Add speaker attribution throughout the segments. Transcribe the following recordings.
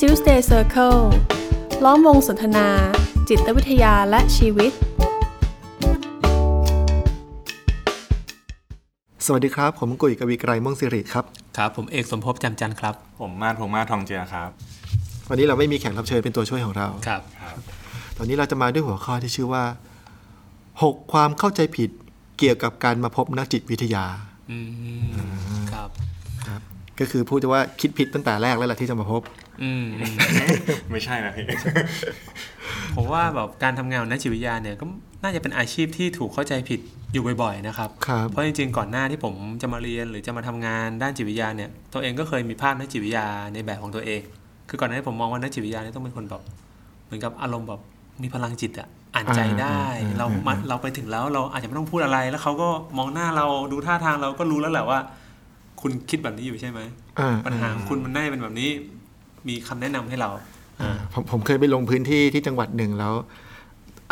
Speaker 1: Tuesday Circle ล้อมวงสนทนา จิตวิทยาและชีวิต
Speaker 2: สวัสดีครับ ผมกุยกวีไกรม่วงสิริครับ
Speaker 3: ครับ ผมเอกสมภพจำจันทร์ครับ
Speaker 4: ผมมาดพงมาศทองเจือครับ
Speaker 2: วันนี้เราไม่มีแขกรับเชิญเป็นตัวช่วยของเรา
Speaker 3: ครับ
Speaker 2: ตอนนี้เราจะมาด้วยหัวข้อที่ชื่อว่า 6 ความเข้าใจผิดเกี่ยวกับการมาพบนักจิตวิทยา
Speaker 3: อืมครับ
Speaker 2: ก็คือพูดจะว่าคิดผิดตั้งแต่แรกแล้วแหละที่จะมาพบ
Speaker 3: อืมอืม
Speaker 4: ไม่ใช่นะพี่
Speaker 3: ผมว่าแบบการทำงานของนักจิตวิทยาเนี่ยก็น่าจะเป็นอาชีพที่ถูกเข้าใจผิดอยู่บ่อยๆนะครับ
Speaker 2: ครับ
Speaker 3: เพราะจริงๆก่อนหน้าที่ผมจะมาเรียนหรือจะมาทำงานด้านจิตวิทยาเนี่ยตัวเองก็เคยมีภาพนักจิตวิทยาในแบบของตัวเอง คือก่อนหน้านี้ผมมองว่านักจิตวิทยาเนี่ยต้องเป็นคนแบบเหมือนกับอารมณ์แบบมีพลังจิตอะอ่านใจได้
Speaker 2: อ่าอ่าอ่า
Speaker 3: เรามาเราไปถึงแล้วเราอาจจะไม่ต้องพูดอะไร แล้วเขาก็มองหน้าเราดูท่าทางเราก็รู้แล้วแหละว่า คุณคิดแบบนี้อยู่ใช่ไหม
Speaker 2: อ่า
Speaker 3: ปัญหาของคุณมันน่าจะเป็นแบบนี้ มีคำแนะนำให้เรา
Speaker 2: อ่าผมผมเคยไปลงพื้นที่ที่จังหวัดหนึ่งแล้ว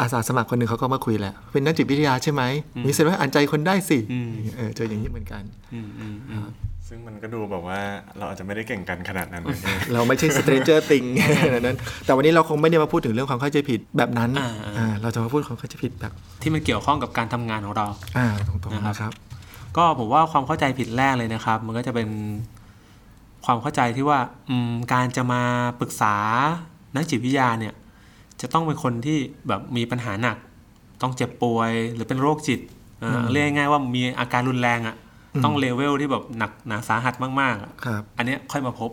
Speaker 2: อาสาสมัครคนหนึ่งเขาก็มาคุยแหละ เป็นนักจิตวิทยาใช่ไหมมีเสร็จว่าอ่านใจคนได้สิ
Speaker 3: อืม
Speaker 2: เออเจออย่างนี้เหมือนกัน
Speaker 3: อืมอืมอืม
Speaker 4: ซึ่งมันก็ดูแบบว่าเราอาจจะไม่ได้เก่งกันขนาดนั้นนะพี่
Speaker 2: เราไม่ใช่ stranger thing อะไรนั้น แต่วันนี้เราคงไม่ได้มาพูดถึงเรื่องความเข้าใจผิดแบบนั้นอ่าเราจะมาพูดความเข้าใจผิดแบบ
Speaker 3: ที่มันเกี่ยวข้องกับการทำงานของเรา
Speaker 2: อ่าตรงๆนะครับ
Speaker 3: ก็ผมว่าความเข้าใจผิดแรกเลยนะครับ มันก็จะเป็นความเข้าใจที่ว่าอืมการจะมาปรึกษานักจิตวิทยาเนี่ย จะต้องเป็นคนที่แบบมีปัญหาหนัก ต้องเจ็บป่วยหรือเป็นโรคจิตเอ่อเรียกง่ายๆว่ามีอาการรุนแรงอะ่ะต้องเลเวลที่แบบหนักหนาสาหัสมากๆอะ
Speaker 2: ครับ
Speaker 3: อันเนี้ยค่อยมาพบ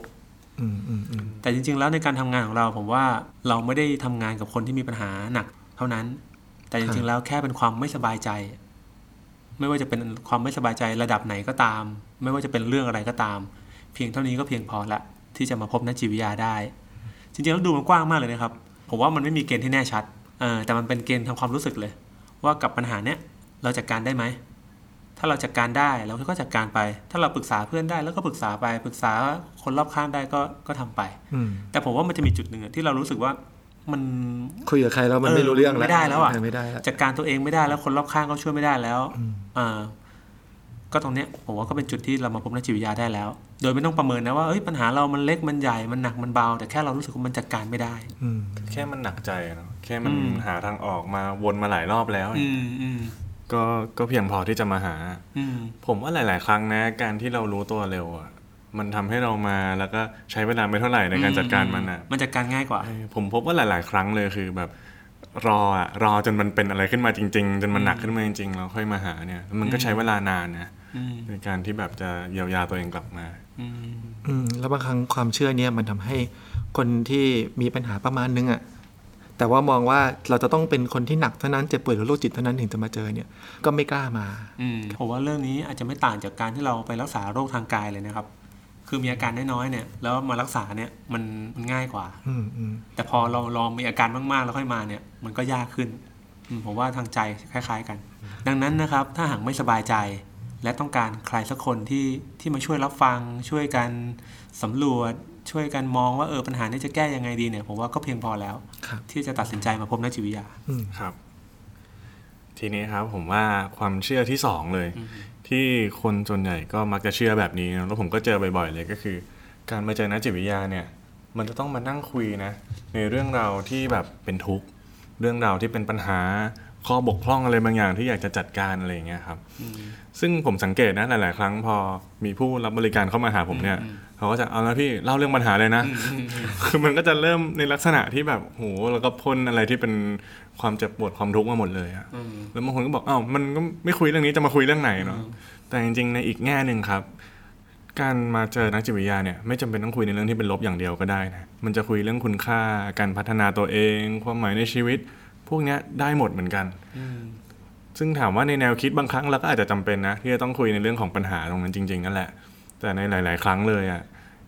Speaker 2: อืมอืมอืม
Speaker 3: แต่จริงๆ แล้วในการทำงานของเราผมว่าเราไม่ได้ทำงานกับคนที่มีปัญหาหนักเท่านั้น แต่จริงๆ แล้วแค่เป็นความไม่สบายใจ ไม่ว่าจะเป็นความไม่สบายใจระดับไหนก็ตาม ไม่ว่าจะเป็นเรื่องอะไรก็ตาม เพียงเท่านี้ก็เพียงพอละที่จะมาพบนักจิตวิทยาได้ จริงๆ แล้วดูมันกว้างมากเลยนะครับ ผมว่ามันไม่มีเกณฑ์ที่แน่ชัดเออแต่มันเป็นเกณฑ์ทางความรู้สึกเลย ว่ากับปัญหาเนี้ยเราจัดการได้ไหม ถ้าเราจัดการได้เราก็จัดการไป ถ้าเราปรึกษาเพื่อนได้แล้วก็ปรึกษาไปปรึกษาคนรอบข้างได้ก็ก็ทำไป
Speaker 2: อืม
Speaker 3: แต่ผมว่ามันจะมีจุดหนึ่งอะที่เรารู้สึกว่ามัน
Speaker 2: คุยกับใครแล้วมันไม่รู้เรื่องแล้ว
Speaker 3: ไม่ได้แล้วอะ
Speaker 2: ไม่ได้แล้ว
Speaker 3: จัดการตัวเองไม่ได้แล้วคนรอบข้างก็ช่วยไม่ได้แล้วเอ่อก็ตรงเนี้ยผมว่าก็เป็นจุดที่เรามาพบนักจิตวิทยาได้แล้ว โดยไม่ต้องประเมินนะว่าเอ้ยปัญหาเรามันเล็กมันใหญ่มันหนักมันเบา แต่แค่เรารู้สึกว่ามันจัดการไม่ได้
Speaker 2: อืม
Speaker 4: แค่มันหนักใจเนอะแค่มัน
Speaker 3: อืม
Speaker 4: หาทางออกมาวนมาหลายรอบแล้ว
Speaker 3: อืมอืม
Speaker 4: ก็ก็เพียงพอที่จะมาหา
Speaker 3: อืม
Speaker 4: ผมว่าหลาย ๆ ครั้งนะ การที่เรารู้ตัวเร็วอ่ะมันทำให้เรามาแล้วก็ใช้เวลาไม่เท่าไหร่ในการจัดการมันอ่ะ
Speaker 3: มันจัดการง่ายกว่า
Speaker 4: เออผมพบว่าหลาย ๆ ครั้งเลยคือแบบรออ่ะรอจนมันเป็นอะไรขึ้นมาจริง ๆ จนมันหนักขึ้นมาจริง ๆ เราค่อยมาหาเนี่ย มันก็ใช้เวลานานนะ
Speaker 3: อืม
Speaker 4: ในการที่แบบจะเยียวยาตัวเองกลับมา
Speaker 3: อืม
Speaker 2: อืมแล้วบางครั้งความเชื่อเนี่ยมันทำให้คนที่มีปัญหาประมาณนึงอะแต่ว่ามองว่าเราจะต้องเป็นคนที่หนักเท่านั้นเจ็บป่วยหรือโรคจิตเท่านั้นถึงจะมาเจอเนี่ย ก็ไม่กล้ามา
Speaker 3: อืมผมว่าเรื่องนี้อาจจะไม่ต่างจากการที่เราไปรักษาโรคทางกายเลยนะครับ คือมีอาการน้อยๆเนี่ย แล้วมารักษาเนี่ยมันมันง่ายกว่า
Speaker 2: อืมอืม
Speaker 3: แต่พอเราลองมีอาการมากๆ แล้วค่อยมาเนี่ยมันก็ยากขึ้นอืมผมว่าทางใจคล้าย ๆ กัน ดังนั้นนะครับถ้าหากไม่สบายใจ และต้องการใครสักคนที่ที่มาช่วยรับฟัง ช่วยกันสำรวจ ช่วยกันมองว่าเออปัญหานี้จะแก้ยังไงดีเนี่ยผมว่าก็เพียงพอแล้ว
Speaker 2: ครับ
Speaker 3: ที่จะตัดสินใจมาพบนักจิตวิทยา
Speaker 2: อืม
Speaker 4: ครับ ทีนี้ครับผมว่าความเชื่อที่สองเลย ที่คนส่วนใหญ่ก็มักจะเชื่อแบบนี้นะแล้วผมก็เจอบ่อยๆเลยก็คือ การมาเจอนักจิตวิทยาเนี่ย มันจะต้องมานั่งคุยนะ ในเรื่องราวที่แบบเป็นทุกข์ เรื่องราวที่เป็นปัญหาข้อบกพร่องอะไรบางอย่างที่อยากจะจัดการอะไรอย่างเงี้ยครับ ซึ่งผมสังเกตนะหลาย ๆ ครั้งพอมีผู้รับบริการเข้ามาหาผมเนี่ยเขาก็จะเอาละพี่เล่าเรื่องปัญหาเลยนะ คือมันก็จะเริ่มในลักษณะที่แบบโหแล้วก็พ่นอะไรที่เป็นความเจ็บปวดความทุกข์มาหมดเลยอะแล้วบางคนก็บอกอ้าวมันก็ไม่คุยเรื่องนี้จะมาคุยเรื่องไหนเนาะแต่จริง ๆ ในอีกแง่หนึ่งครับ การมาเจอนักจิตวิทยาเนี่ยไม่จำเป็นต้องคุยในเรื่องที่เป็นลบอย่างเดียวก็ได้นะมันจะคุยเรื่องคุณค่าการพัฒนาตัวเอง ความหมายในชีวิต พวกเนี้ยได้หมดเหมือนกัน ซึ่งถามว่าในแนวคิดบางครั้งเราก็อาจจะจำเป็นนะที่จะต้องคุยในเรื่องของปัญหาตรงนั้นจริง ๆ นั่นแหละ แต่ในหลาย ๆ ครั้งเลยอะ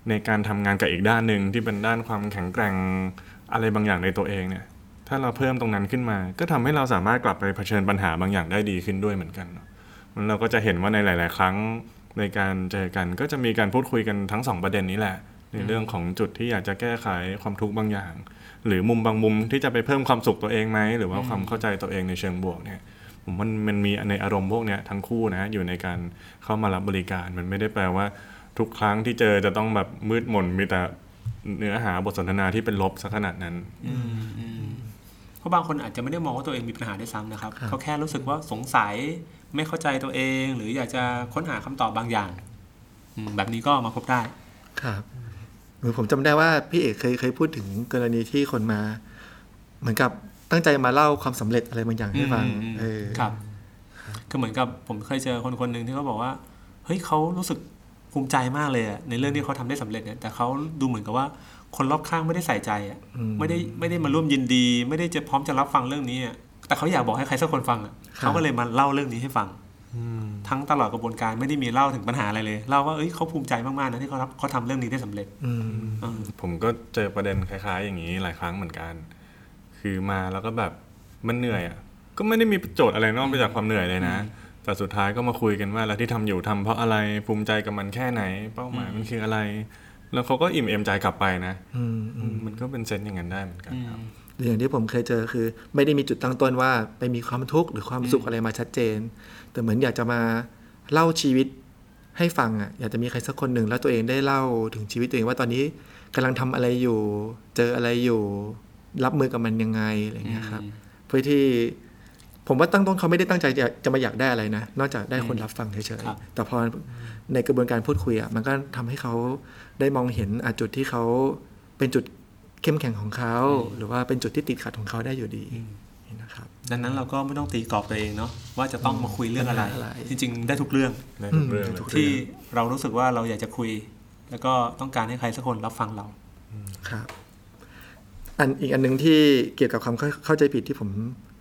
Speaker 4: ในการทำงานกับอีกด้านหนึ่งที่เป็นด้านความแข็งแกร่งอะไรบางอย่างในตัวเองเนี่ย ถ้าเราเพิ่มตรงนั้นขึ้นมา ก็ทำให้เราสามารถกลับไปเผชิญปัญหาบางอย่างได้ดีขึ้นด้วยเหมือนกันเนอะมันเราก็จะเห็นว่าในหลาย ๆ ครั้งในการเจอกันก็จะมีการพูดคุยกันทั้งสองประเด็นนี้แหละ ในเรื่องของจุดที่อยากจะแก้ไขความทุกข์บางอย่าง หรือมุมบางมุมที่จะไปเพิ่มความสุขตัวเองไหมหรือว่าความเข้าใจตัวเองในเชิงบวกเนี่ย ผมว่ามันมันมีในอารมณ์พวกเนี้ยทั้งคู่นะอยู่ในการเข้ามารับบริการ มันไม่ได้แปลว่า ทุกครั้งที่เจอจะต้องแบบมืดมนมีแต่ เนื้อหาบทสนทนาที่เป็นลบสักขนาดนั้น
Speaker 3: เพราะบางคนอาจจะไม่ได้มองว่าตัวเองมีปัญหาด้วยซ้ำนะครับ
Speaker 2: ครับ
Speaker 3: เขาแค่รู้สึกว่าสงสัยไม่เข้าใจตัวเอง หรืออยากจะค้นหาคำตอบบางอย่างอืมแบบนี้ก็มาพบได้
Speaker 2: ครับเหมือนผมจำได้ว่าพี่เอกเคยเคยพูดถึงกรณีที่คนมา เหมือนกับตั้งใจมาเล่าความสำเร็จอะไรบางอย่างให้ฟัง
Speaker 3: อืม
Speaker 2: เออ
Speaker 3: ครับก็เหมือนกับผมเคยเจอคนคนหนึ่งที่เขาบอกว่า เฮ้ยเขารู้สึกภูมิใจมากเลยอะในเรื่องที่เขาทำได้สำเร็จเนี่ยแต่เขาดูเหมือนกับว่า คนรอบข้างไม่ได้ใส่ใจอะ
Speaker 2: อืม
Speaker 3: ไม่ได้ไม่ได้มาร่วมยินดี ไม่ได้จะพร้อมจะรับฟังเรื่องนี้อะแต่เขาอยากบอกให้ใครสักคนฟังอะ
Speaker 2: ครับ
Speaker 3: เขาก็เลยมาเล่าเรื่องนี้ให้ฟังทั้งตลอดกระบวนการไม่ได้มีเล่าถึงปัญหาอะไรเลยเล่าว่าเอ้ยเขาภูมิใจมากๆนะที่เขารับเขาทำเรื่องนี้ได้สำเร็จ
Speaker 2: อืม
Speaker 3: อืม
Speaker 4: ผมก็เจอประเด็นคล้ายๆ อย่างนี้หลายครั้งเหมือนกัน คือมาแล้วก็แบบมันเหนื่อยอ่ะ ก็ไม่ได้มีประโยชน์อะไรนอกไปจากความเหนื่อยเลยนะ แต่สุดท้ายก็มาคุยกันว่าแล้วที่ทำอยู่ทำเพราะอะไรภูมิใจกับมันแค่ไหน เป้าหมายมันคืออะไร แล้วเขาก็อิ่มเอมใจกลับไปนะ
Speaker 2: อืมอืม
Speaker 4: มันก็เป็นเซนต์อย่างนั้นได้เหมือนกันครับ
Speaker 2: หรืออย่างที่ผมเคยเจอคือ ไม่ได้มีจุดตั้งต้นว่าไปมีความทุกข์หรือความสุขอะไรมาชัดเจน แต่เหมือนอยากจะมาเล่าชีวิตให้ฟังอ่ะอยากจะมีใครสักคนหนึ่งแล้วตัวเองได้เล่าถึงชีวิตตัวเองว่าตอนนี้กำลังทำอะไรอยู่ เจออะไรอยู่ รับมือกับมันยังไงอะไรอย่างเงี้ยครับ เพื่อที่ผมว่าตั้งต้นเขาไม่ได้ตั้งใจจะจะมาอยากได้อะไรนะ นอกจากได้คนรับฟังเฉย
Speaker 3: ครับ
Speaker 2: ๆแต่พอในกระบวนการพูดคุยอ่ะมันก็ทำให้เขาได้มองเห็นอะจุดที่เขาเป็นจุดเข้มแข็งของเขา หรือว่าเป็นจุดที่ติดขัดของเขาได้อยู่ดีนะครับ
Speaker 3: ดังนั้นเราก็ไม่ต้องตีกรอบตัวเองเนาะว่าจะต้องมาคุยเรื่องอะไร
Speaker 2: ปัญหาอะไร
Speaker 3: จริง ๆ ได้ทุกเรื่อง
Speaker 4: ในทุกเรื่องเลย
Speaker 3: ที่เรารู้สึกว่าเราอยากจะคุย แล้วก็ต้องการให้ใครสักคนรับฟังเรา
Speaker 2: ครับอันอีกอันหนึ่งที่เกี่ยวกับความเข้าเข้าใจผิดที่ผม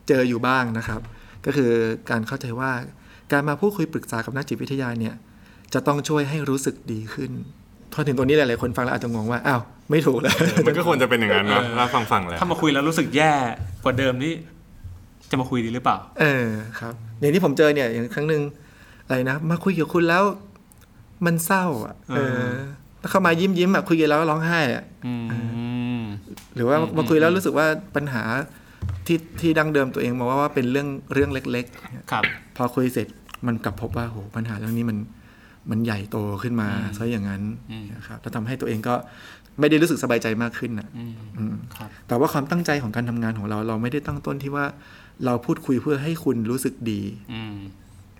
Speaker 2: เจออยู่บ้างนะครับ ก็คือการเข้าใจว่าการมาพูดคุยปรึกษากับนักจิตวิทยาเนี่ยจะต้องช่วยให้รู้สึกดีขึ้นพอถึงตรงนี้หลายๆคนฟังแล้วอาจจะงงว่าอ้าวไม่ถูกแล้ว
Speaker 4: มันก็ควรจะเป็นอย่างนั้นนะถ้าฟังๆแล้ว
Speaker 3: ถ้ามาคุยแล้วรู้สึกแย่กว่าเดิมนี่จะมาคุยดีหรือเปล่า
Speaker 2: เออครับอย่างที่ผมเจอเนี่ยอย่างครั้งหนึ่งอะไรนะมาคุยกับคุณแล้วมันเศร้าอ่ะเอ
Speaker 3: เอ
Speaker 2: อ
Speaker 3: อ
Speaker 2: แล้วเข้ามายิ้มยิ้มๆอ่ะคุยกันแล้วร้องไห้อ่ะ
Speaker 3: อืม
Speaker 2: หรือว่า
Speaker 3: อืม
Speaker 2: มาคุยแล้ว
Speaker 3: อืม
Speaker 2: รู้สึกว่าปัญหาที่ที่ดั้งเดิมตัวเองมองว่าว่าเป็นเรื่องเรื่องเล็กๆเนี่ย
Speaker 3: ครับ
Speaker 2: พอคุยเสร็จมันกลับพบว่าโหปัญหาเรื่องนี้มันมันใหญ่โตขึ้นมาซะอย่างนั้น
Speaker 3: อืม
Speaker 2: นะครับแล้วทำให้ตัวเองก็ไม่ได้รู้สึกสบายใจมากขึ้นนะ
Speaker 3: อืม
Speaker 2: อืม
Speaker 3: ครับ
Speaker 2: แต่ว่าความตั้งใจของการทำงานของเรา เราไม่ได้ตั้งต้นที่ว่าเราพูดคุยเพื่อให้คุณรู้สึกดี
Speaker 3: อืม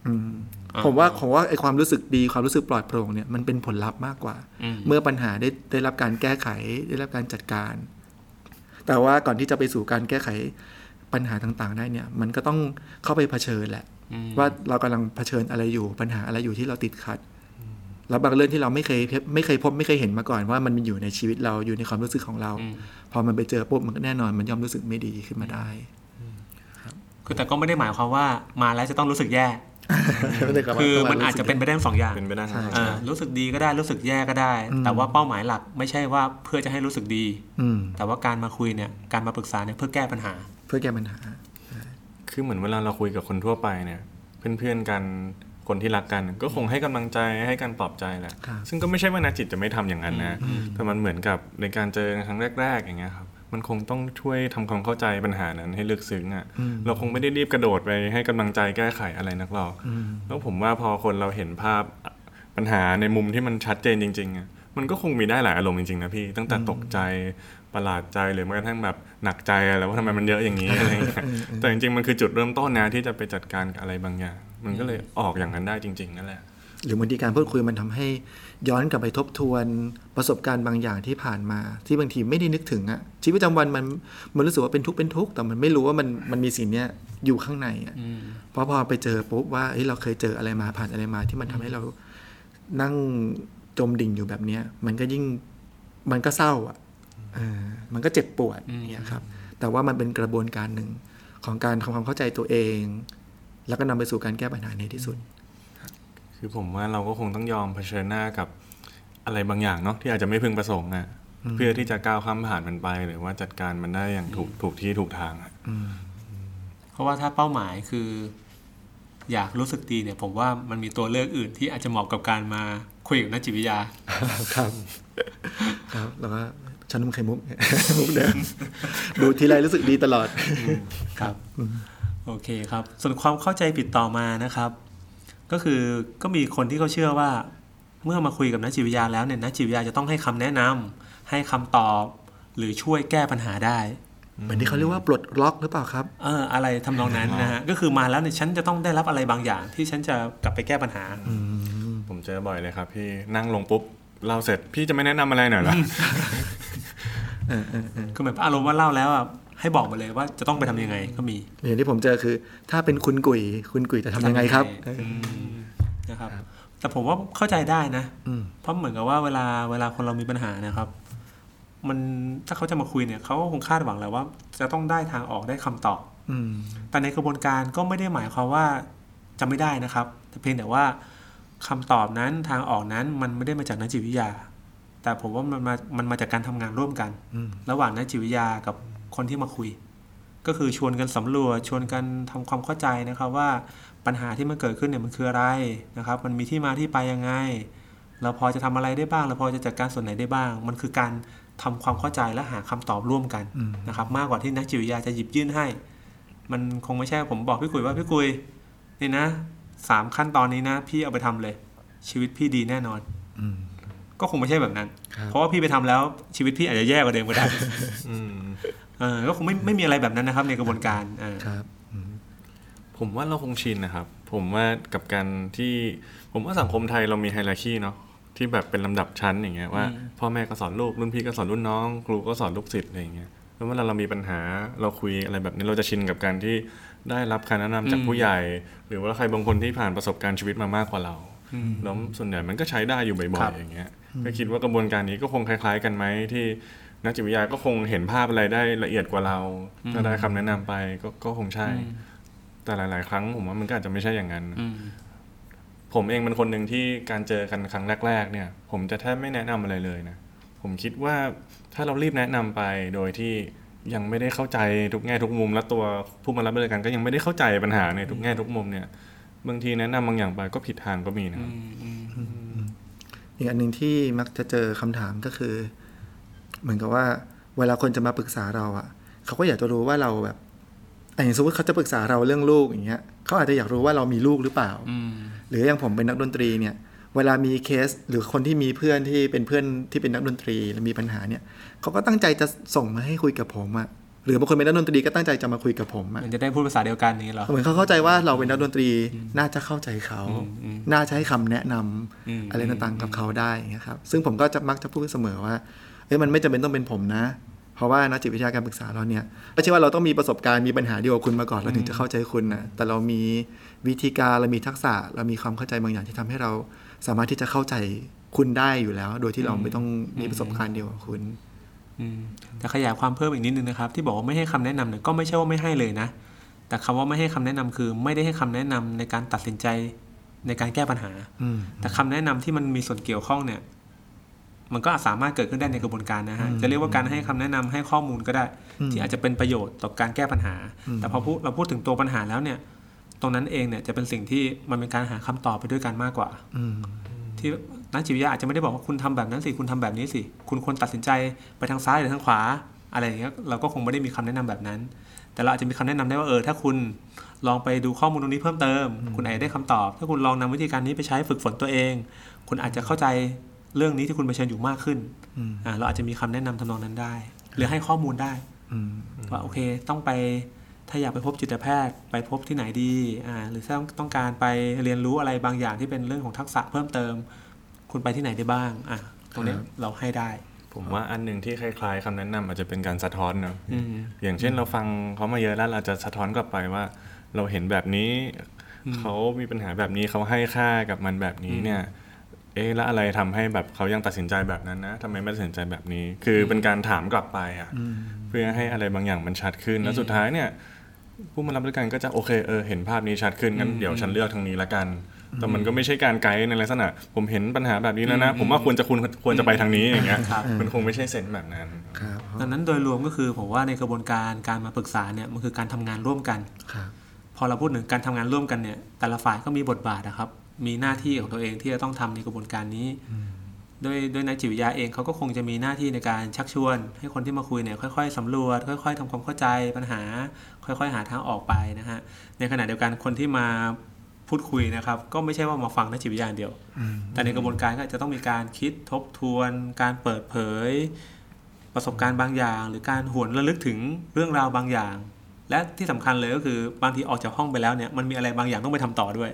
Speaker 2: อืม
Speaker 3: อ่า
Speaker 2: ผมว่าผมว่าไอ้ความรู้สึกดีความรู้สึกปลอดโปร่งเนี่ยมันเป็นผลลัพธ์มากกว่า
Speaker 3: อืม
Speaker 2: เมื่อปัญหาได้ได้รับการแก้ไขได้รับการจัดการ แต่ว่าก่อนที่จะไปสู่การแก้ไขปัญหาต่างๆ ได้เนี่ย มันก็ต้องเข้าไปเผชิญแหละ
Speaker 3: อืม
Speaker 2: ว่าเรากำลังเผชิญอะไรอยู่ปัญหาอะไรอยู่ที่เราติดขัด แล้วบางเรื่องที่เราไม่เคยเพไม่เคยพบไม่เคยเห็นมาก่อนว่ามันอยู่ในชีวิตเราอยู่ในความรู้สึกของเรา พอมันไปเจอปุ๊บมันก็แน่นอน มันย่อมรู้สึกไม่ดีขึ้นมาได้
Speaker 3: คือแต่ก็ไม่ได้หมายความว่ามาแล้วจะต้องรู้สึกแย่ คือมันอาจจะเป็นไปได้ทั้งสองอย่าง
Speaker 4: เป็นไปได้ทั้งสอง
Speaker 3: เออรู้สึกดีก็ได้รู้สึกแย่ก็ได้ แต่ว่าเป้าหมายหลักไม่ใช่ว่าเพื่อจะให้รู้สึกดี
Speaker 2: อืม
Speaker 3: แต่ว่าการมาคุยเนี่ยการมาปรึกษาเนี่ยเพื่อแก้ปัญหา
Speaker 2: เพื่อแก้ปัญหา
Speaker 4: คือเหมือนเวลาเราคุยกับคนทั่วไปเนี่ย เพื่อนๆกันคนที่รักกันก็คงให้กำลังใจให้การปลอบใจแหละ
Speaker 2: ครับ
Speaker 4: ซึ่งก็ไม่ใช่ว่านาจิตจะไม่ทำอย่างนั้นนะแต่มันเหมือนกับในการเจอกันครั้งแรก ๆ อย่างเงี้ยครับมันคงต้องช่วยทำความเข้าใจปัญหานั้นให้ลึกซึ้งอะ่ะเราคงไม่ได้รีบกระโดดไปให้กำลังใจแก้ไขอะไรนักหรอกแล้วผมว่าพอคนเราเห็นภาพปัญหาในมุมที่มันชัดเจนจริงๆอะมันก็คงมีได้หลายอารมณ์จริงๆนะพี่ตั้งแต่ตกใจประหลาดใจหรือแม้กระทั่งแบบหนักใจอะไรว่าทำไมมันเยอะอย่างนี้อะไรอย่างเงี้ย แต่จริงๆ มันคือจุดเริ่มต้นนะที่จะไปจัดการกับอะไรบางอย่าง มันก็เลยออกอย่างนั้นได้จริง ๆ นั่นแหละ
Speaker 2: หรือบางทีการพูดคุยมันทำให้ย้อนกลับไปทบทวนประสบการณ์บางอย่างที่ผ่านมา ที่บางทีไม่ได้นึกถึงอะชีวิตประจำวันมันมันรู้สึกว่าเป็นทุกข์เป็นทุกข์แต่มันไม่รู้ว่ามันมันมีสิ่งเนี้ยอยู่ข้างในอะเพราะพอไปเจอปุ๊บว่าเฮ้ยเราเคยเจออะไรมาผ่านอะไรมา ที่มันทำให้เรานั่งจมดิ่งอยู่แบบเนี้ย มันก็ยิ่งมันก็เศร้าอะเออมันก็เจ็บปวดเนี่ยครับ แต่ว่ามันเป็นกระบวนการหนึ่งของการทำความเข้าใจตัวเอง แล้วก็นำไปสู่การแก้ปัญหาในที่สุด
Speaker 4: คือผมว่าเราก็คงต้องยอมเผชิญหน้ากับอะไรบางอย่างเนาะที่อาจจะไม่พึงประสงค์อะเพื่อที่จะก้าวข้ามผ่านมันไป หรือว่าจัดการมันได้อย่างถูกถูกที่ถูกทางอะ
Speaker 3: เพราะว่าถ้าเป้าหมายคืออยากรู้สึกดีเนี่ย ผมว่ามันมีตัวเลือกอื่นที่อาจจะเหมาะกับการมาคุยกับนักจิตวิทยา
Speaker 2: ครับ ครับ แล้วก็ชานมไข่มุก มุกเดิมดูทีไรรู้สึกดีตลอด
Speaker 3: ครับ โอเคครับ ส่วนความเข้าใจผิดต่อมานะครับ ก็คือก็มีคนที่เขาเชื่อว่า เมื่อมาคุยกับนักจิตวิทยาแล้วเนี่ยนักจิตวิทยาจะต้องให้คำแนะนำ ให้คำตอบ หรือช่วยแก้ปัญหาได้
Speaker 2: เหมือนที่เขาเรียกว่าปลดล็อกหรือเปล่าครับ
Speaker 3: เอออะไรทำนองนั้นนะฮะก็คือมาแล้วเนี่ยฉันจะต้องได้รับอะไรบางอย่าง ที่ฉันจะกลับไปแก้ปัญหา
Speaker 4: ผมเจอบ่อยเลยครับ พี่นั่งลงปุ๊บเราเสร็จพี่จะไม่แนะนำอะไรหน่อยเหรอ
Speaker 3: ก็เหมือนอารมณ์ว่าเล่าแล้วอะให้บอกมาเลยว่าจะต้องไปทำยังไงก็มี
Speaker 2: อย่างที่ผมเจอคือ ถ้าเป็นคุณกุยคุณกุยจะทำยังไงครับ
Speaker 3: นะครับ แต่ผมว่าเข้าใจได้นะ
Speaker 2: อืม
Speaker 3: เพราะเหมือนกับว่าเวลาเวลาคนเรามีปัญหานะครับ มันถ้าเขาจะมาคุยเนี่ยเขาก็คงคาดหวังแหล้วว่า จะต้องได้ทางออกได้คำตอบ
Speaker 2: อืม
Speaker 3: แต่ในกระบวนการก็ไม่ได้หมายความว่าจะไม่ได้นะครับ แต่เพียงแต่ว่าคำตอบนั้นทางออกนั้นมันไม่ได้มาจากนักจิตวิทยา แต่ผมว่ามันมามันมาจากการทำงานร่วมกัน
Speaker 2: อืม
Speaker 3: ระหว่างนักจิตวิทยากับคนที่มาคุย ก็คือชวนกันสำรวจชวนกันทำความเข้าใจนะครับว่าปัญหาที่มันเกิดขึ้นเนี่ยมันคืออะไรนะครับ มันมีที่มาที่ไปยังไง เราพอจะทำอะไรได้บ้าง เราพอจะจัดการส่วนไหนได้บ้าง มันคือการทำความเข้าใจและหาคำตอบร่วมกันนะครับ มากกว่าที่นักจิตวิทยาจะหยิบยื่นให้ มันคงไม่ใช่ผมบอกพี่กุยว่าพี่กุยนี่นะสามขั้นตอนนี้นะพี่เอาไปทำเลย ชีวิตพี่ดีแน่นอน
Speaker 2: อืม
Speaker 3: ก็คงไม่ใช่แบบนั้น
Speaker 2: ครับ
Speaker 3: เพราะว่าพี่ไปทำแล้วชีวิตพี่อาจจะแย่กว่าเดิมก็ได้
Speaker 4: อืม
Speaker 3: เออก็คงไม่ไม่มีอะไรแบบนั้นนะครับ ในกระบวนการเออ
Speaker 2: ครับ
Speaker 4: ผมว่าเราคงชินนะครับ ผมว่ากับการที่ ผมว่าสังคมไทยเรามีไฮรักีเนาะที่แบบเป็นลำดับชั้นอย่างเงี้ยว่าพ่อแม่ก็สอนลูกรุ่นพี่ก็สอนรุ่นน้อง ครูก็สอนลูกศิษย์อะไรอย่างเงี้ยแล้วเวลาเรามีปัญหาเราคุยอะไรแบบนี้เราจะชินกับการที่ได้รับคำแนะนำจากผู้ใหญ่ หรือว่าใครบางคนที่ผ่านประสบการณ์ชีวิตมามากกว่าเราแล้วส่วนใหญ่มันก็ใช้ได้อยู่บ่อยๆอย่างเงี้ยก็คิดว่ากระบวนการนี้ก็คงคล้าย ๆ กันไหมที่ นักจิตวิทยาก็คงเห็นภาพอะไรได้ละเอียดกว่าเราถ้าได้คำแนะนำไปก็ก็คงใช่ แต่หลาย ๆ ครั้งผมว่ามันก็อาจจะไม่ใช่อย่างนั้น
Speaker 3: อืม
Speaker 4: ผมเองเป็นคนหนึ่งที่การเจอกันครั้งแรก ๆ เนี่ย ผมจะแทบไม่แนะนำอะไรเลยนะ ผมคิดว่าถ้าเรารีบแนะนำไปโดยที่ยังไม่ได้เข้าใจทุกแง่ทุกมุม และตัวผู้มารับบริการก็ยังไม่ได้เข้าใจปัญหาในทุกแง่ทุกมุมเนี่ย บางทีแนะนำบางอย่างไปก็ผิดทางก็มีนะครับ
Speaker 2: อีกอันหนึ่งที่มักจะเจอคำถามก็คือ เหมือนกับว่า เวลาคนจะมาปรึกษาเราอะเขาก็อยากจะรู้ว่าเราแบบอ่ะอย่างสมมติเขาจะปรึกษาเราเรื่องลูกอย่างเงี้ยเขาอาจจะอยากรู้ว่าเรามีลูกหรือเปล่า
Speaker 3: อืม
Speaker 2: หรืออย่างผมเป็นนักดนตรีเนี่ย เวลามีเคสหรือคนที่มีเพื่อนที่เป็นเพื่อนที่เป็นนักดนตรีแล้วมีปัญหาเนี่ยเขาก็ตั้งใจจะส่งมาให้คุยกับผมอะหรือบางคนเป็นนักดนตรีก็ตั้งใจจะมาคุยกับผมอะ
Speaker 3: มันจะได้พูดภาษาเดียวกันนี้เหรอ
Speaker 2: เหมือนเขาเข้าใจว่าเราเป็นนักดนตรีน่าจะเข้าใจเขา
Speaker 3: อืมอืม
Speaker 2: น่าจะให้คำแนะนำ
Speaker 3: อืม
Speaker 2: อะไรต่างๆกับเขาได้อย่างเงี้ยครับ ซึ่งผมก็จะมักจะพูดเสมอว่า เอ้ยมันไม่จำเป็นต้องเป็นผมนะ เพราะว่านักจิตวิทยาการปรึกษาเราเนี่ยไม่ใช่ว่าเราต้องมีประสบการณ์มีปัญหาเดียวกับคุณมาก่อนเราถึงจะเข้าใจคุณนะแต่เรามีวิธีการเรามีทักษะ เรามีความเข้าใจบางอย่างที่ทำให้เราสามารถที่จะเข้าใจคุณได้อยู่แล้ว โดยที่เราไม่ต้องมีประสบการณ์เดียวกับคุณ
Speaker 3: อืมแต่ขยายความเพิ่มอีกนิดนึงนะครับ ที่บอกว่าไม่ให้คำแนะนำเนี่ยก็ไม่ใช่ว่าไม่ให้เลยนะ แต่คำว่าไม่ให้คำแนะนำคือ ไม่ได้ให้คำแนะนำในการตัดสินใจในการแก้ปัญหา
Speaker 2: อืม
Speaker 3: แต่คำแนะนำที่มันมีส่วนเกี่ยวข้องเนี่ย มันก็อาจสามารถเกิดขึ้นได้ในกระบวนการนะฮะจะเรียกว่าการให้คำแนะนำให้ข้อมูลก็ได้ ที่อาจจะเป็นประโยชน์ต่อการแก้ปัญหา แต่พอพูดเราพูดถึงตัวปัญหาแล้วเนี่ย ตรงนั้นเองเนี่ยจะเป็นสิ่งที่มันเป็นการหาคำตอบไปด้วยกันมากกว่า
Speaker 2: อืม
Speaker 3: ที่นักจิตวิทยาอาจจะไม่ได้บอกว่าคุณทำแบบนั้นสิคุณทำแบบนี้สิคุณควรตัดสินใจไปทางซ้ายหรือทางขวา อะไรอย่างเงี้ยเราก็คงไม่ได้มีคำแนะนำแบบนั้น แต่เราอาจจะมีคำแนะนำได้ว่าเออถ้าคุณลองไปดูข้อมูลตรงนี้เพิ่มเติม คุณอาจจะได้คำตอบ ถ้าคุณลองนำวิธีการนี้ไปใช้ฝึกฝนตัวเอง คุณอาจจะเข้าใจเรื่องนี้ที่คุณเผชิญอยู่มากขึ้นอ่าเราอาจจะมีคำแนะนำทำนองนั้นได้ หรือให้ข้อมูลได้
Speaker 2: อืม
Speaker 3: ว่าโอเคต้องไปถ้าอยากไปพบจิตแพทย์ ไปพบที่ไหนดีอ่าหรือถ้าต้องการไปเรียนรู้อะไรบางอย่างที่เป็นเรื่องของทักษะเพิ่มเติม คุณไปที่ไหนได้บ้างอ่ะตรงเนี้ยเราให้ได้
Speaker 4: ผมว่าอันหนึ่งที่คล้ายๆคำแนะนำอาจจะเป็นการสะท้อนเนาะ
Speaker 3: อืม
Speaker 4: อย่างเช่นเราฟังเขามาเยอะแล้วเราจะสะท้อนกลับไปว่า เราเห็นแบบนี้ เขามีปัญหาแบบนี้เขาให้ค่ากับมันแบบนี้เนี่ย เอ๊ะแล้วอะไรทำให้แบบเขายังตัดสินใจแบบนั้นนะทำไมไม่ตัดสินใจแบบนี้ คือเป็นการถามกลับไปอ่ะเพื่อให้อะไรบางอย่างมันชัดขึ้นแล้วสุดท้ายเนี่ย ผู้มารับบริการก็จะโอเคเออเห็นภาพนี้ชัดขึ้นงั้นเดี๋ยวฉันเลือกทางนี้ละกัน แต่มันก็ไม่ใช่การไกด์ในลักษณะ ผมเห็นปัญหาแบบนี้แล้วนะ ผมว่าควรจะคุณควรจะไปทางนี้อย่างเงี้ย
Speaker 3: ครับ
Speaker 4: มันคงไม่ใช่เซนส์แบบนั้น
Speaker 2: ครับ
Speaker 3: ดังนั้นโดยรวมก็คือผมว่าในกระบวนการการมาปรึกษาเนี่ยมันคือการทำงานร่วมกัน
Speaker 2: ครับ
Speaker 3: พอเราพูดถึงการทำงานร่วมกันเนี่ย แต่ละฝ่ายก็มีบทบาทนะครับ มีหน้าที่ของตัวเองที่จะต้องทำในกระบวนการนี้ ด้วยด้วยนักจิตวิทยาเองเขาก็คงจะมีหน้าที่ในการชักชวน ให้คนที่มาคุยเนี่ยค่อยๆสำรวจ ค่อย ๆทำความเข้าใจปัญหา ค่อย ๆ หาทางออกไปนะฮะ ในขณะเดียวกันคนที่มาพูดคุยนะครับ ก็ไม่ใช่ว่ามาฟังนักจิตวิทยาอย่างเดียว แต่ในกระบวนการก็อาจจะต้องมีการคิดทบทวน การเปิดเผย ประสบการณ์บางอย่าง หรือการหวนระลึกถึงเรื่องราวบางอย่าง และที่สำคัญเลยก็คือบางทีออกจากห้องไปแล้วเนี่ยมันมีอะไรบางอย่างต้องไปทำต่อด้วย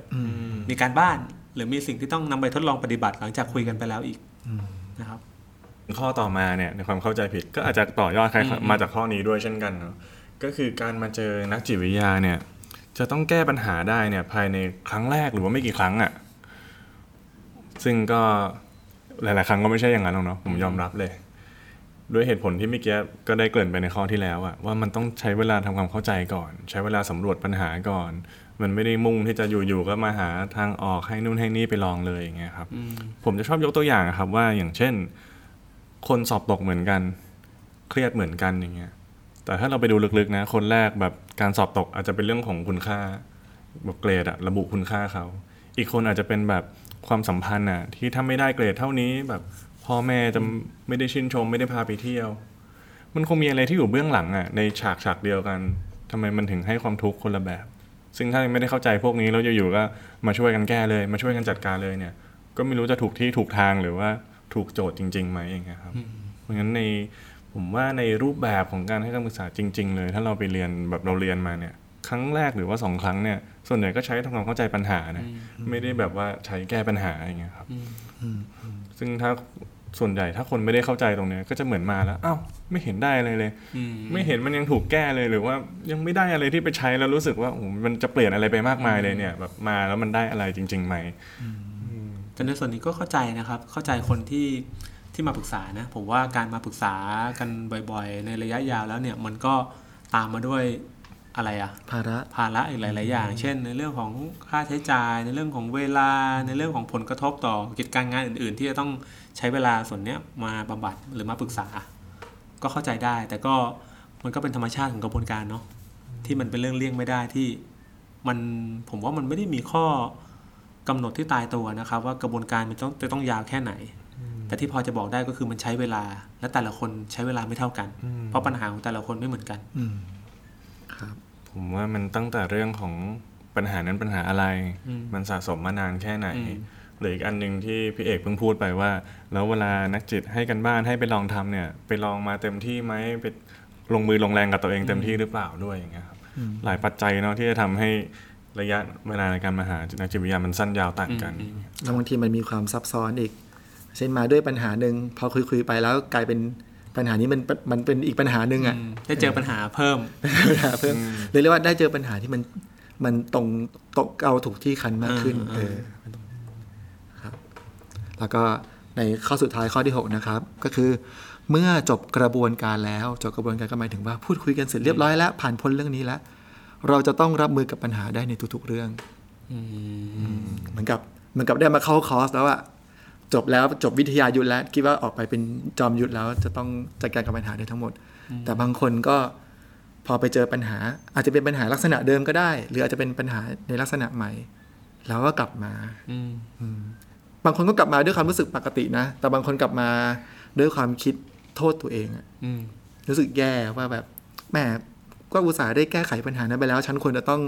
Speaker 3: มีการบ้าน หรือมีสิ่งที่ต้องนำไปทดลองปฏิบัติหลังจากคุยกันไปแล้วอีกนะครับ
Speaker 4: ข้อต่อมาเนี่ยในความเข้าใจผิดก็อาจจะต่อยอดใครมาจากข้อนี้ด้วยเช่นกันเนาะก็คือการมาเจอนักจิตวิทยาเนี่ยจะต้องแก้ปัญหาได้เนี่ยภายในครั้งแรกหรือว่าไม่กี่ครั้งอะ่ะซึ่งก็หลาย ๆ ครั้งก็ไม่ใช่อย่างนั้นหรอกเนาะผมยอมรับเลย ด้วยเหตุผลที่เมื่อกี้ก็ได้เกริ่นไปในข้อที่แล้วอะว่ามันต้องใช้เวลาทำความเข้าใจก่อน ใช้เวลาสำรวจปัญหาก่อน มันไม่ได้มุ่งที่จะอยู่ ๆ ก็มาหาทางออกให้นู่นให้นี่ไปลองเลยอย่างเงี้ยครับผมจะชอบยกตัวอย่างอะครับว่าอย่างเช่น คนสอบตกเหมือนกัน เครียดเหมือนกันอย่างเงี้ย แต่ถ้าเราไปดูลึกๆนะ คนแรกแบบการสอบตกอาจจะเป็นเรื่องของคุณค่าแบบเกรดอะระบุคุณค่าเขา อีกคนอาจจะเป็นแบบความสัมพันธ์อะที่ถ้าไม่ได้เกรดเท่านี้แบบพ่อแม่จะไม่ได้ชื่นชม ไม่ได้พาไปเที่ยว มันคงมีอะไรที่อยู่เบื้องหลังอะในฉากฉากเดียวกันทำไมมันถึงให้ความทุกข์คนละแบบ ซึ่งถ้ายังไม่ได้เข้าใจพวกนี้แล้วอยู่ๆก็มาช่วยกันแก้เลย มาช่วยกันจัดการเลยเนี่ย ก็ไม่รู้จะถูกที่ถูกทางหรือว่าถูกโจทย์จริงๆไหมอย่างเงี้ยครับ เพราะงั้นในผมว่าในรูปแบบของการให้การศึกษาจริง ๆ เลย ถ้าเราไปเรียนแบบเราเรียนมาเนี่ย ครั้งแรกหรือว่าสองครั้งเนี่ย ส่วนใหญ่ก็ใช้ทำความเข้าใจปัญหานะไม่ได้แบบว่าใช้แก้ปัญหาอย่างเงี้ยครับซึ่งถ้าส่วนใหญ่ถ้าคนไม่ได้เข้าใจตรงเนี้ยก็จะเหมือนมาแล้วอ้าวไม่เห็นได้อะไรเลย ไม่เห็นมันยังถูกแก้เลยหรือว่ายังไม่ได้อะไรที่ไปใช้แล้วรู้สึกว่าโอ้โหมันจะเปลี่ยนอะไรไปมากมายเลยเนี่ย แบบมาแล้วมันได้อะไรจริงๆไหม
Speaker 3: แต่ในส่วนนี้ก็เข้าใจนะครับ เข้าใจคนที่ที่มาปรึกษานะ ผมว่าการมาปรึกษากันบ่อยๆ ในระยะยาวแล้วเนี่ย มันก็ตามมาด้วยอะไรอะ
Speaker 2: ภาระ
Speaker 3: ภาระอีกหลาย ๆ อย่าง เช่น ในเรื่องของค่าใช้จ่าย ในเรื่องของเวลา ในเรื่องของผลกระทบต่อกิจการงานอื่น ๆ ที่จะต้องใช้เวลาส่วนเนี้ยมาบำบัดหรือมาปรึกษา ก็เข้าใจได้ แต่ก็มันก็เป็นธรรมชาติของกระบวนการเนาะ ที่มันเป็นเรื่องเลี่ยงไม่ได้ที่มันผมว่ามันไม่ได้มีข้อกำหนดที่ตายตัวนะครับ ว่ากระบวนการมันต้องจะต้องยาวแค่ไหน แต่ที่พอจะบอกได้ก็คือมันใช้เวลา และแต่ละคนใช้เวลาไม่เท่ากัน เพราะปัญหาของแต่ละคนไม่เหมือนกัน
Speaker 2: อืม ครับ
Speaker 4: ผมว่ามันตั้งแต่เรื่องของปัญหานั้นปัญหาอะไร มันสะสมมานานแค่ไหน
Speaker 3: อืม
Speaker 4: หรืออีกอันหนึ่งที่พี่เอกเพิ่งพูดไปว่า แล้วเวลานักจิตให้กันบ้านให้ไปลองทำเนี่ย ไปลองมาเต็มที่ไหมไปลงมือลงแรงกับตัวเองเต็มที่หรือเปล่าด้วยอย่างเงี้ยครับหลายปัจจัยเนาะที่จะทำให้ระยะเวลาในการมาหานักจิตวิทยามันสั้นยาวต่างกัน
Speaker 2: แล้วบางทีมันมีความซับซ้อนอีก เช่นมาด้วยปัญหาหนึ่งพอคุยคุยๆไปแล้วกลายเป็นปัญหานี้มันมันเป็นอีกปัญหาหนึ่งอ่ะ
Speaker 3: อืมได้เจอปัญหาเพิ่ม
Speaker 2: ปัญหาเพิ่มเรียกได้ว่าได้เจอปัญหาที่มันมันตรงตกเอาถูกที่คันมากขึ้น
Speaker 3: อ่า
Speaker 2: เออครับ แล้วก็ในข้อสุดท้ายข้อที่ 6 นะครับ ก็คือ เมื่อจบกระบวนการแล้ว จบกระบวนการก็หมายถึงว่าพูดคุยกันเสร็จเรียบร้อยแล้วผ่านพ้นเรื่องนี้แล้ว เราจะต้องรับมือกับปัญหาได้ในทุกๆเรื่อง เหมือนกับเหมือนกับได้มาเข้าคอร์สแล้วอะจบแล้วจบวิทยายุทธแล้วคิดว่าออกไปเป็นจอมยุทธแล้ว จะต้องจัดการกับปัญหาได้ทั้งหมด แต่บางคนก็พอไปเจอปัญหา อาจจะเป็นปัญหาลักษณะเดิมก็ได้ หรืออาจจะเป็นปัญหาในลักษณะใหม่ แล้วก็กลับมา
Speaker 3: อืม
Speaker 2: บางคนก็กลับมาด้วยความรู้สึกปกตินะ แต่บางคนกลับมาด้วยความคิดโทษตัวเองอะ
Speaker 3: อืม
Speaker 2: รู้สึกแย่ว่าแบบแหมก็อุตส่าห์ได้แก้ไขปัญหานั้นไปแล้ว ฉันควรจะต้อง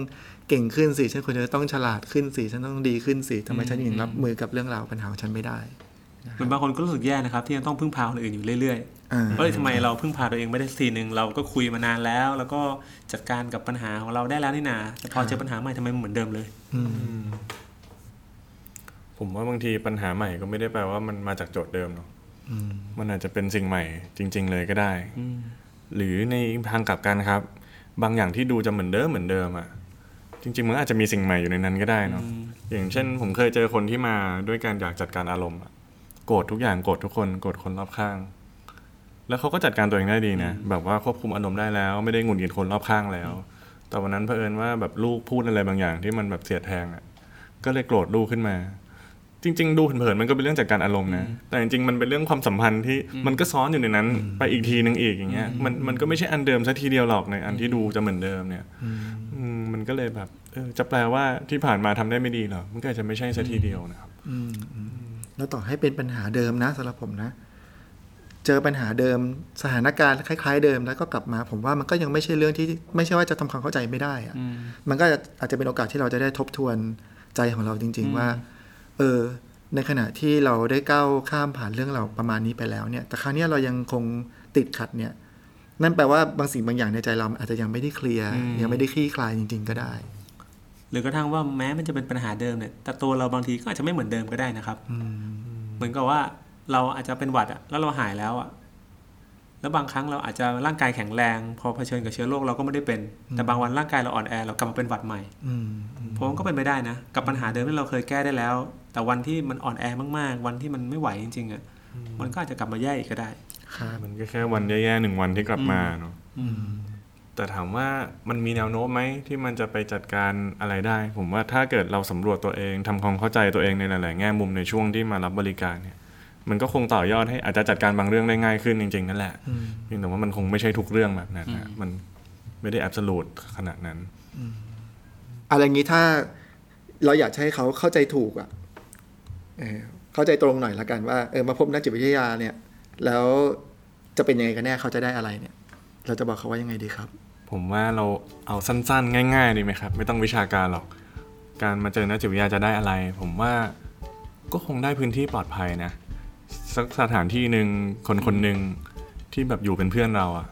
Speaker 2: เก่งขึ้นสิฉันควรจะต้องฉลาดขึ้นสิฉันต้องดีขึ้นสิทำไมฉันยังรับมือกับเรื่องราวปัญหาของฉันไม่ได้
Speaker 3: เหมือนบางคนก็รู้สึกแย่นะครับ ที่ยังต้องพึ่งพาคนอื่นอยู่เรื่อย
Speaker 2: อ่า
Speaker 3: ๆว่าเลยทำไมเราพึ่งพาตัวเองไม่ได้สักทีหนึ่งเราก็คุยมานานแล้ว แล้วก็จัดการกับปัญหาของเราได้แล้วนี่นาแต่พอเจอปัญหาใหม่ทำไมมันเหมือนเดิมเลย
Speaker 4: ผมว่าบางทีปัญหาใหม่ก็ไม่ได้แปลว่ามันมาจากโจทย์เดิมเนาะมันอาจจะเป็นสิ่งใหม่จริง ๆ เลยก็ได้ หรือในทางกลับกันครับ บางอย่างที่ดูจะเหมือนเดิมเหมือนเดิมอะ่ะ จริง ๆ มันอาจจะมีสิ่งใหม่อยู่ในนั้นก็ได้เนาะ อย่างเช่น ผมเคยเจอคนที่มาด้วยการอยากจัดการอารมณ์อะโกรธทุกอย่างโกรธทุกคนโกรธคนรอบข้าง แล้วเขาก็จัดการตัวเองได้ดีนะ แบบว่าควบคุมอารมณ์ได้แล้ว ไม่ได้หงุดหงิดคนรอบข้างแล้ว แต่วันนั้นเผอิญว่าแบบลูกพูดอะไรบางอย่างที่มันแบบเสียดแทงอะ่ะ ก็เลยโกรธลูกขึ้นมา จริง ๆ ดูเผินๆมันก็เป็นเรื่องจัดการอารมณ์นะ แต่จริงๆมันเป็นเรื่องความสัมพันธ์ที่มันก็ซ้อนอยู่ในนั้น ไปอีกทีนึงอีกอย่างเงี้ย มันมันก็ไม่ใช่อันเดิมซะทีเดียวหรอกในอันที่ดูจะเหมือนเดิมเนี่ย อืมมันก็เลยแบบเออจะแปลว่าที่ผ่านมาทำได้ไม่ดีเหรอ มันก็อาจจะไม่ใช่ซะทีเดียวนะครับ
Speaker 2: แล้วต่อให้เป็นปัญหาเดิมนะสำหรับผมนะ เจอปัญหาเดิมสถานการณ์คล้าย ๆ เดิมแล้วก็กลับมา ผมว่ามันก็ยังไม่ใช่เรื่องที่ไม่ใช่ว่าจะทำความเข้าใจไม่ได้อะมันก็อาจจะเป็นโอกาสที่เราจะได้ทบทวนใจของเราจริง ๆ ว่า เออ ในขณะที่เราได้ก้าวข้ามผ่านเรื่องเราวประมาณนี้ไปแล้วเนี่ย แต่คราวเนี้ยเรายังคง ติดขัดเนี่ย นั่นแปลว่าบางสิ่งบางอย่างในใจเรามันอาจจะยังไม่ได้เคลียร์
Speaker 3: อืม
Speaker 2: ยังไม่ได้คลี่คลายจริง ๆ ก็ได้
Speaker 3: หรือกระทั่งว่าแม้มันจะเป็นปัญหาเดิมเนี่ย แต่ตัวเราบางทีก็อาจจะไม่เหมือนเดิมก็ได้นะครับ เหมือนกับว่าเราอาจจะเป็นหวัดอะแล้วเราหายแล้วอะแล้วบางครั้งเราอาจจะร่างกายแข็งแรง พอเผชิญกับเชื้อโรคเราก็ไม่ได้เป็น แต่บางวันร่างกายเราอ่อนแอเรากลับมาเป็นหวัดใหม่
Speaker 2: อืม
Speaker 3: ผมว่าก็เป็นไปได้นะ กับปัญหาเดิมที่เราเคยแก้ได้แล้ว แต่วันที่มันอ่อนแอมากๆ วันที่มันไม่ไหวจริงๆอะ่ะมันก็อาจจะกลับมาแย่อีกก็ได้
Speaker 2: ครับ
Speaker 4: มันก็แค่วันแย่ๆหนึ่งวันที่กลับมาเนาะ
Speaker 3: อืม
Speaker 4: แต่ถามว่ามันมีแนวโน้มไหมที่มันจะไปจัดการอะไรได้ ผมว่าถ้าเกิดเราสำรวจตัวเองทำความเข้าใจตัวเองในหลายๆแง่มุมในช่วงที่มารับบริการเนี่ย มันก็คงต่อยอดให้อาจจะจัดการบางเรื่องได้ง่ายขึ้นจริงๆนั่นแหละ
Speaker 2: อืม
Speaker 4: เพียงแต่ว่ามันคงไม่ใช่ทุกเรื่องแบบนั้นนะมันไม่ได้แอบสูตขนาดนั้น
Speaker 2: อะไรอย่างนี้ถ้าเราอยากจะให้เขาเข้าใจถูกอะเออเข้าใจตรงหน่อยละกันว่าเออมาพบนักจิตวิทยาเนี่ย แล้วจะเป็นยังไงกันแน่เขาจะได้อะไรเนี่ย เราจะบอกเขาว่ายังไงดีครับ
Speaker 4: ผมว่าเราเอาสั้นๆ ง่าย ๆ ดีไหมครับ ไม่ต้องวิชาการหรอก การมาเจอนักจิตวิทยาจะได้อะไร ผมว่าก็คงได้พื้นที่ปลอดภัยนะสักสถานที่หนึ่งคนคนหนึ่งที่แบบอยู่เป็นเพื่อนเราอะ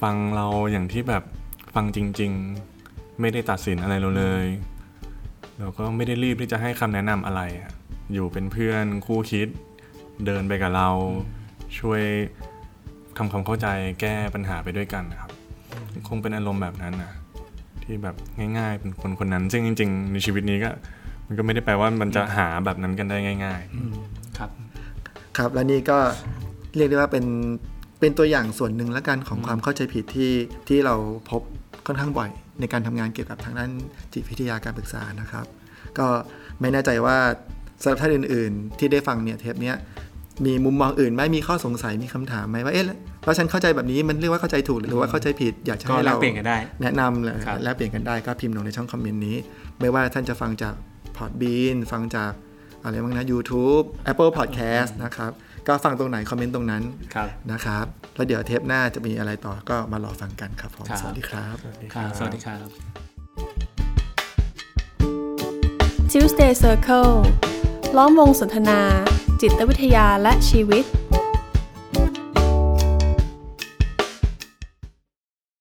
Speaker 4: ฟังเราอย่างที่แบบฟังจริง ๆ ไม่ได้ตัดสินอะไรเราเลยแล้วก็ไม่ได้รีบที่จะให้คำแนะนำอะไรอะอยู่เป็นเพื่อนคู่คิด เดินไปกับเรา ช่วยทำความเข้าใจแก้ปัญหาไปด้วยกันนะครับ คงเป็นอารมณ์แบบนั้นนะที่แบบง่ายๆ เป็นคนคนนั้น ซึ่งจริง ๆ ในชีวิตนี้ก็มันก็ไม่ได้แปลว่ามันจะหาแบบนั้นกันได้ง่าย
Speaker 3: ครับ
Speaker 2: ครับและนี่ก็เรียกได้ว่าเป็นเป็นตัวอย่างส่วนหนึ่งละกันของความเข้าใจผิดที่ที่เราพบค่อนข้างบ่อย ในการทำงานเกี่ยวกับทางด้านจิตวิทยาการปรึกษานะครับ ก็ไม่แน่ใจว่าสำหรับท่านอื่น ๆ ที่ได้ฟังเนี่ยเทปเนี้ยมีมุมมองอื่นไหมมีข้อสงสัยมีคำถามไหมว่าเอ๊ะแล้วฉันเข้าใจแบบนี้มันเรียกว่าเข้าใจถูกหรือว่าเข้าใจผิดอยากจะ
Speaker 3: ก็
Speaker 2: ให้
Speaker 3: แลก
Speaker 2: เรา
Speaker 3: เปลี่ยนกันได้
Speaker 2: แนะนำเลย
Speaker 3: ครับ
Speaker 2: แลกเปลี่ยนกันได้ก็พิมพ์ลงในช่องคอมเมนต์นี้ ไม่ว่าท่านจะฟังจาก Podbean ฟังจากอะไรบ้างนะ YouTube Apple Podcast นะครับ ก็ฟังตรงไหน คอมเมนต์ตรงนั้น
Speaker 3: ครับ
Speaker 2: นะครับ แล้วเดี๋ยวเทปหน้าจะมีอะไรต่อก็มารอฟังกันครับผม
Speaker 3: ครับ
Speaker 2: สวัสดีครับ
Speaker 3: ครับสวัสดีครับ
Speaker 1: Tuesday Circle ล้อมวงสนทนา จิตวิทยาและชีวิต